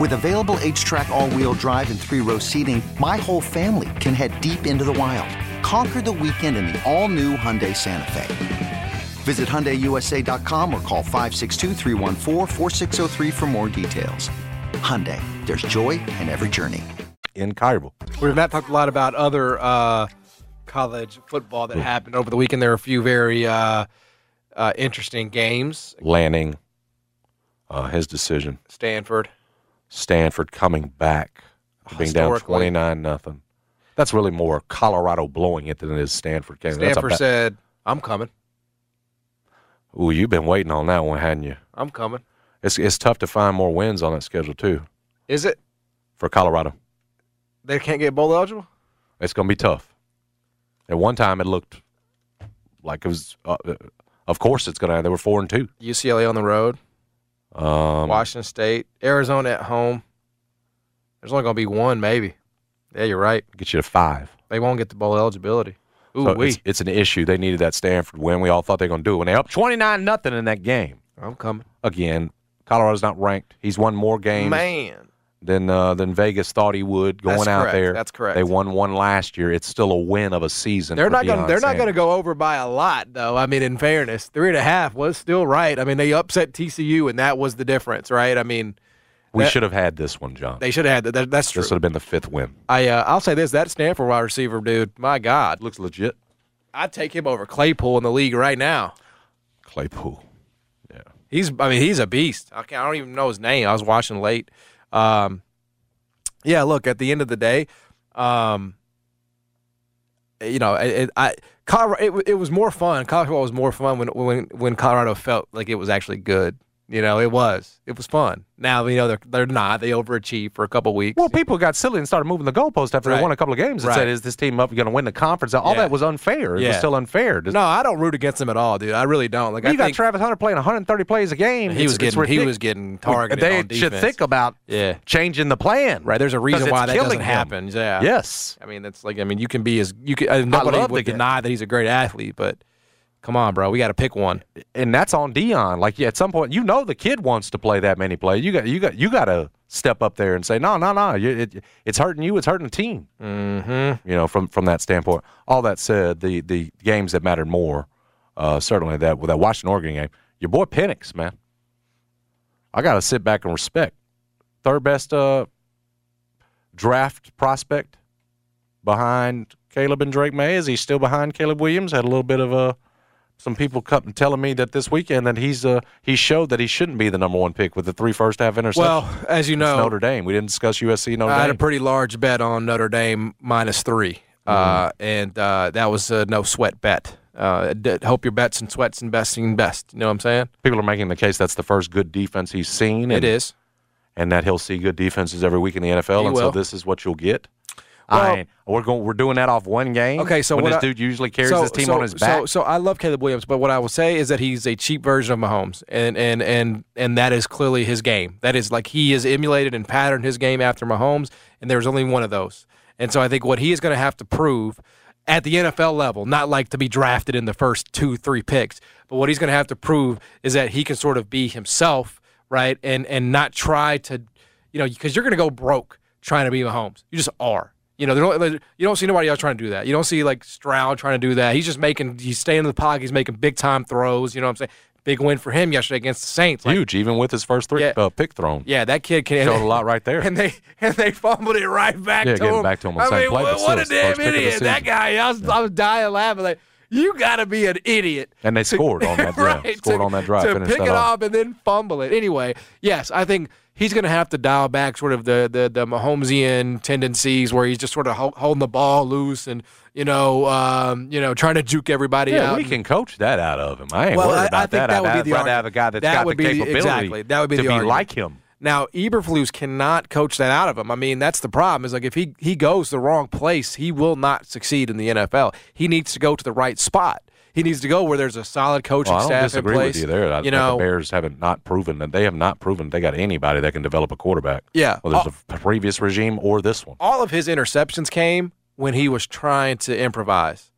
G: With available H track, all wheel drive, and three row seating, my whole family can head deep into the wild. Conquer the weekend in the all new Hyundai Santa Fe. Visit HyundaiUSA.com or call 562-314-4603 for more details. Hyundai, there's joy in every journey.
D: in Cairo.
B: We've not talked a lot about other uh, college football
D: Hmm.
B: that happened over the weekend. There were a few very uh, uh, interesting games.
D: Lanning, uh, his decision.
B: Stanford.
D: Stanford coming back, after being down
B: Historically.
D: twenty nine nothing. That's really more Colorado blowing it than it is Stanford. Game. That's a
B: Stanford
D: ba-
B: said, "I'm coming.
D: "Ooh, you've been waiting on that one, hadn't you?"
B: I'm coming."
D: It's it's tough to find more wins on that schedule too
B: Is it
D: for Colorado.
B: they can't get bowl eligible?
D: It's going to be tough. At one time, it looked like it was. Uh, uh, of course, it's gonna. They were four and two.
B: UCLA on the road,
D: Um,
B: Washington State, Arizona at home. There's only going to be one, maybe. Yeah, you're right.
D: get you to five.
B: They won't get the bowl eligibility. Ooh,
D: So
B: wee.
D: it's, it's an issue. They needed that Stanford win. We all thought they were going to do it. When they up twenty nine nothing in that game
B: I'm coming.
D: again. Colorado's not ranked. He's won more games
B: Man.
D: than uh, than Vegas thought he would going
B: That's
D: out
B: correct.
D: there.
B: That's correct.
D: They won one last year. It's still a win of a season.
B: They're
D: for
B: not going.
D: Deion
B: They're not going to
D: Sanders.
B: go over by a lot, though. I mean, in fairness, three and a half was still right. I mean, they upset TCU, and that was the difference, right? I mean,
D: We
B: that-
D: should have had this one, John.
B: they should have had that. that that's true.
D: this would have been the fifth win.
B: I uh, I'll say this: that Stanford wide receiver, dude, my God,
D: Looks legit.
B: I'd take him over Claypool in the league right now.
D: Claypool.
B: He's, I mean, he's a beast. I, can't, I don't even know his name. I was watching late. Um, yeah, look, at the end of the day, um, you know, it, it, I Colorado, it, wa- it was more fun. College football was more fun when, when when Colorado felt like it was actually good. You know, it was. It was fun. Now you know they're they're not. They overachieved for a couple weeks.
D: Well, people got silly and started moving the goalpost after they
B: Right.
D: won a couple of games and
B: Right.
D: said, "Is this team up going to win the conference?" All
B: Yeah.
D: that was unfair. It was
B: Yeah.
D: still unfair. Just-
B: no, I don't root against them at all, dude. I really don't. Like
D: you
B: I
D: got
B: think
D: Travis Hunter playing 130 plays a game.
B: he
D: It's-
B: was
D: it's
B: getting he
D: ridic-
B: was getting targeted.
D: They
B: on
D: should
B: defense.
D: think about
B: Yeah.
D: changing the plan.
B: right. There's a
D: 'Cause
B: reason
D: it's
B: why that
D: killing
B: doesn't
D: him.
B: happen. Yeah.
D: Yes.
B: I mean, that's like I mean, you can be as you can. Uh, nobody
D: love the
B: would
D: guy.
B: deny that he's a great athlete, but come on, bro, we got to pick one.
D: and that's on Dion. Like yeah, at some point, you know the kid wants to play that many plays. You got you got you got to step up there and say no, no, no. You, it, it's hurting you. It's hurting the team. Mm-hmm. You know, from from that standpoint. All that said, the the games that mattered more, uh, certainly that with that Washington Oregon game. Your boy Penix, man. I got to sit back and respect third best uh, draft prospect behind Caleb and Drake May. Is he still behind Caleb Williams? Had a little bit of a some people come telling me that this weekend that he's uh he showed that he shouldn't be the number one pick with the three first half interceptions.
B: Well, as you
D: It's
B: know,
D: Notre Dame. We didn't discuss USC Notre
B: I had a
D: Dame.
B: pretty large bet on Notre Dame minus three, uh, and uh, that was a no sweat bet. Uh, d- hope your bets and sweats and besting best. You know what I'm saying?
D: people are making the case that's the first good defense he's seen. And,
B: It is.
D: and that he'll see good defenses every week in the NFL,
B: He
D: and so
B: will.
D: this is what you'll get.
B: Well-
D: I ain't, we're going. We're doing that off one game.
B: Okay, so
D: when
B: what
D: this
B: I-
D: dude usually carries
B: so-
D: his team
B: so-
D: on his back,
B: So, so I love Caleb Williams, but what I will say is that he's a cheap version of Mahomes, and and and and that is clearly his game. That is like he has emulated and patterned his game after Mahomes, and there's only one of those. And so I think what he is going to have to prove at the NFL level, not like to be drafted in the first two, three picks, but what he's going to have to prove is that he can sort of be himself, right, and and not try to, you know, because you're going to go broke trying to be Mahomes. You just are. You know, they don't, they- you don't see nobody else trying to do that. You don't see like Stroud trying to do that. He's just making, he's staying in the pocket. He's making big time throws. You know what I'm saying? Big win for him yesterday against the Saints. Like,
D: huge, even with his first three
B: Yeah.
D: uh, pick thrown.
B: yeah, that kid can
D: Showed a
B: <laughs>
D: lot right there.
B: And they and they fumbled it right back
D: Yeah,
B: to
D: getting
B: him.
D: back to him on
B: I
D: the same
B: mean,
D: play,
B: what,
D: but
B: what a
D: still, it's
B: damn
D: first pick of the
B: idiot! That
D: season.
B: guy, I was, I was dying laughing. Like, you got to be an idiot.
D: And they scored on
B: <laughs>
D: that drive.
B: Right,
D: Scored
B: to-
D: on that drive.
B: To
D: finished
B: pick
D: that
B: it
D: off.
B: up and then fumble it. Anyway, yes, I think he's going to have to dial back sort of the the, the Mahomesian tendencies where he's just sort of hol- holding the ball loose and you know um, you know trying to juke everybody
D: Yeah,
B: out.
D: we
B: and-
D: can coach that out of him. I ain't
B: Well,
D: worried
B: I- I
D: about
B: think that would be
D: I'd
B: the
D: rather
B: argument.
D: have a guy that's
B: That
D: got
B: would be
D: the
B: the-
D: capability
B: exactly. That would be
D: to
B: the
D: be
B: argument.
D: like him.
B: Now Eberflus cannot coach that out of him. I mean, that's the problem. Is like if he he goes the wrong place, he will not succeed in the NFL. He needs to go to the right spot. He needs to go where there's a solid coaching
D: Well, I don't
B: staff
D: disagree
B: in place.
D: with you there. I,
B: you
D: that
B: know,
D: the Bears haven't not proven that they have not proven they got anybody that can develop a quarterback.
B: Yeah. Uh,
D: whether it's the previous regime or this one.
B: all of his interceptions came when he was trying to improvise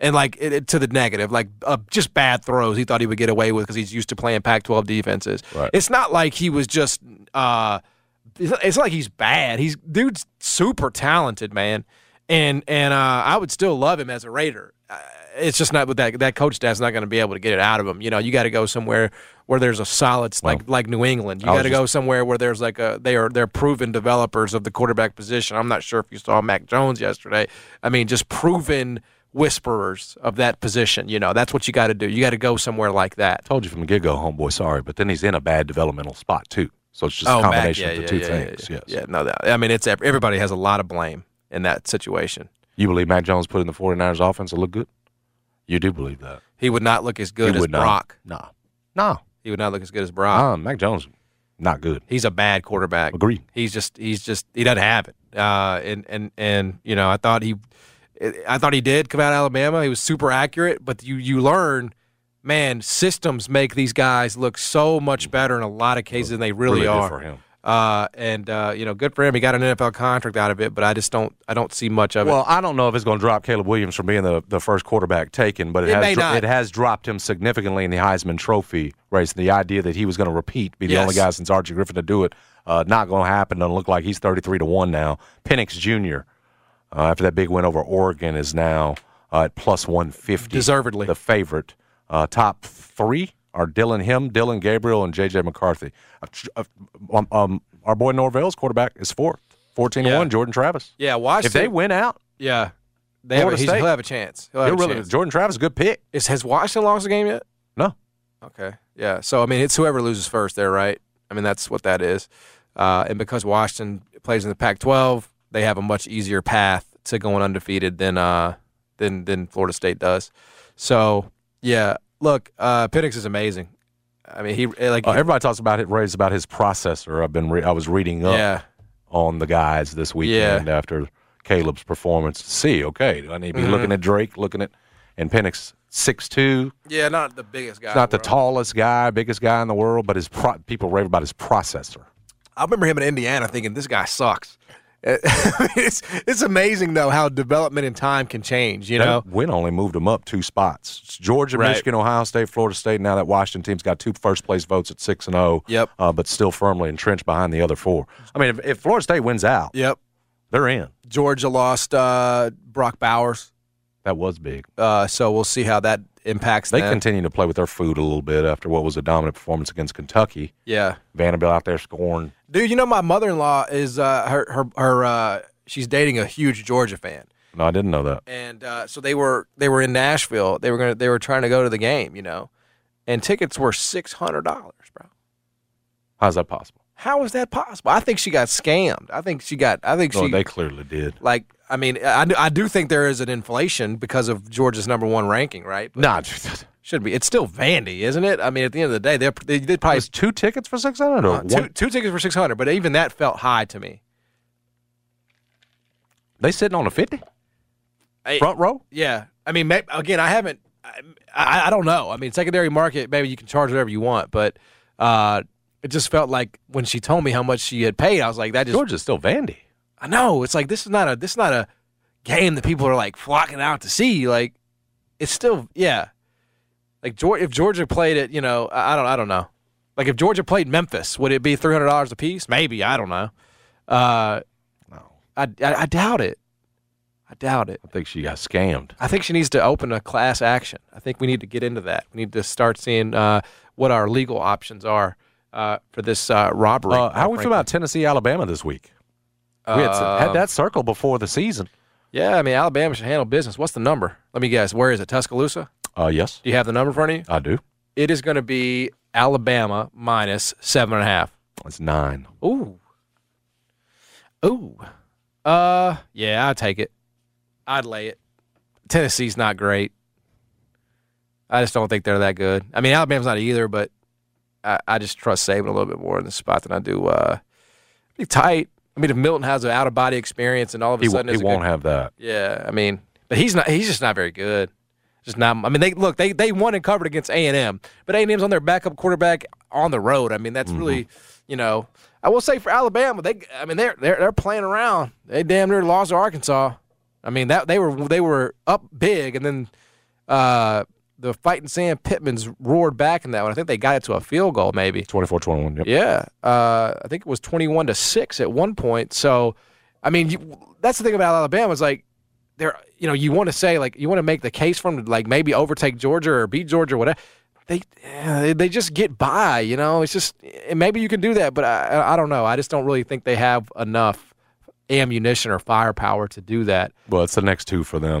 B: and like it, it- to the negative like uh, just bad throws he thought he would get away with because he's used to playing pac 12 defenses
D: Right.
B: it's not like he was just uh it's not, it's not like he's bad he's dude's super talented man and and uh i would still love him as a raider uh, it's just not with that that coach staff's not going to be able to get it out of him you know you got to go somewhere where there's a solid like like new england you
D: I was
B: got to
D: just-
B: go somewhere where there's like a they are they're proven developers of the quarterback position. I'm not sure if you saw Mac Jones yesterday. I mean, just proven whisperers of that position. You know, that's what you got to do. You got to go somewhere like that.
D: Told you from the get go, homeboy. Sorry, but then he's in a bad developmental spot too. So it's just a
B: Oh, Mac,
D: combination
B: yeah,
D: of the
B: yeah,
D: two
B: yeah, yeah,
D: things.
B: Yeah,
D: Yes,
B: yeah, no, that, I mean, it's ev- everybody has a lot of blame in that situation.
D: you believe Mac Jones put in the 49ers offense to look good? You do believe that?
B: He would not look as good
D: you
B: as
D: would not.
B: Brock.
D: Nah, nah.
B: He would not look as good as Brock.
D: Uh, Mac Jones, not good.
B: He's a bad quarterback.
D: Agree.
B: He's just he's just he doesn't have it. Uh, and and and you know I thought he it- I thought he did come out of Alabama. He was super accurate, but you you learn, man, systems make these guys look so much better in a lot of cases than they really,
D: Really good
B: are.
D: for him.
B: Uh, and uh, you know, good for him. He got an NFL contract out of it, but I just don't I don't see much of
D: Well, I don't know if it's going to drop Caleb Williams from being the, the first quarterback taken, but it,
B: It
D: has
B: may not.
D: it has dropped him significantly in the Heisman Trophy race. The idea that he was going to repeat, be the
B: Yes.
D: only guy since Archie Griffin to do it, uh, not going to happen. Doesn't look like he's thirty three to one now. Penix Jr. Uh, after that big win over Oregon is now uh, at plus one fifty,
B: Deservedly.
D: the favorite. Uh, top three are Dylan him, Dylan Gabriel, and J.J. McCarthy. Uh, tr- uh, um, um, our boy Norvell's quarterback is fourth, fourteen to
B: Yeah.
D: one. Jordan Travis.
B: it. Yeah, Washington.
D: If they win out.
B: yeah, they have,
D: Florida
B: he's,
D: State.
B: he'll have a chance. He'll
D: They're
B: have a
D: really,
B: chance.
D: Jordan Travis, good pick.
B: Is has Washington lost the game yet?
D: No.
B: Okay. Yeah. So I mean, it's whoever loses first there, right? I mean, that's what that is. Uh, and because Washington plays in the Pac-12, they have a much easier path to going undefeated than uh, than than Florida State does. So yeah, look, uh, Penix is amazing. I mean, he eh, like
D: Uh, everybody talks about it. Raised about his processor. I've been re- I was reading up
B: yeah.
D: on the guys this weekend after Caleb's performance. to See, okay, do I need to
B: Mm-hmm.
D: be looking at Drake, looking at and Penix six two.
B: Yeah, not the biggest guy.
D: He's not the tallest guy, biggest guy in the world, but his pro- people rave about his processor.
B: I remember him in Indiana thinking this guy sucks. <laughs> it's it's amazing though how development and time can change. You know,
D: That win only moved him up two spots. It's Georgia,
B: Right.
D: Michigan, Ohio State, Florida State. Now that Washington team's got two first place votes at six and zero.
B: Yep.
D: Uh, but still firmly entrenched behind the other four. I mean, if, if Florida State wins out,
B: Yep.
D: they're in.
B: Georgia lost uh, Brock Bowers,
D: That was big.
B: uh, so we'll see how that impacts
D: They
B: them.
D: continue to play with their food a little bit after what was a dominant performance against Kentucky.
B: yeah,
D: Vanderbilt out there scoring.
B: dude. You know, my mother-in-law is uh, her her her. Uh, she's dating a huge Georgia fan,
D: No, I didn't know that.
B: and uh, so they were they were in Nashville. They were gonna they were trying to go to the game, you know, and tickets were six hundred dollars, bro.
D: How's that possible?
B: How is that possible? I think she got scammed. I think she got. I think
D: No,
B: she
D: Oh, they clearly did.
B: like. I mean, I, do- I do think there is an inflation because of Georgia's number one ranking, right? But
D: Nah, <laughs>
B: should be. It's still Vandy, isn't it? I mean, at the end of the day, they're, they they probably
D: it's two tickets for six hundred or
B: Uh, two,
D: one.
B: two tickets for 600 but even that felt high to me
D: They sitting on a fifty
B: I-
D: front row.
B: yeah i mean may again i haven't I, I I don't know i mean secondary market maybe you can charge whatever you want but uh it just felt like when she told me how much she had paid i was like that just
D: Georgia's still Vandy.
B: i know it's like this is not a this is not a game that people are like flocking out to see like it's still yeah like Geor- if georgia played it you know i, I don't i don't know like if georgia played memphis would it be $300 a piece maybe i don't know uh
D: No,
B: I, I, I doubt it. I doubt it.
D: I think she got scammed.
B: I think she needs to open a class action. I think we need to get into that. We need to start seeing uh, what our legal options are uh, for this uh, robbery.
D: Uh, how we feel
B: frankly.
D: about Tennessee, Alabama this week? we had,
B: Um,
D: had that circle before the season.
B: Yeah, I mean Alabama should handle business. What's the number? Let me guess. Where is it? Tuscaloosa?
D: Uh, yes,
B: Do you have the number in front of you?
D: I do.
B: It is going to be Alabama minus seven and a half.
D: It's nine.
B: Ooh. Ooh. Uh yeah, I'd take it. I'd lay it. Tennessee's not great. I just don't think they're that good. I mean Alabama's not either, but I, I just trust Saban a little bit more in this spot than I do uh be tight. I mean if Milton has an out of body experience and all of a
D: He,
B: sudden
D: w- he
B: is a
D: won't
B: good-
D: have that.
B: Yeah, I mean but he's not he's just not very good. Just not I mean they look they they won and covered against A and M, but A and M's on their backup quarterback on the road. I mean that's really you know I will say for Alabama they I mean they're they're they're playing around. They damn near lost to Arkansas. I mean that they were they were up big and then uh the fighting Sam Pittman's roared back in that one. I think they got it to a field goal maybe.
D: 24-21. Yep.
B: Yeah, uh, I think it was twenty-one to six at one point. So, I mean, you, that's the thing about Alabama is like they're you know you want to say like you want to make the case for them to like maybe overtake Georgia or beat Georgia or whatever. They eh, they just get by, you know. It's just and maybe you can do that, but I I don't know. I just don't really think they have enough ammunition or firepower to do that.
D: Well, it's the next two for them.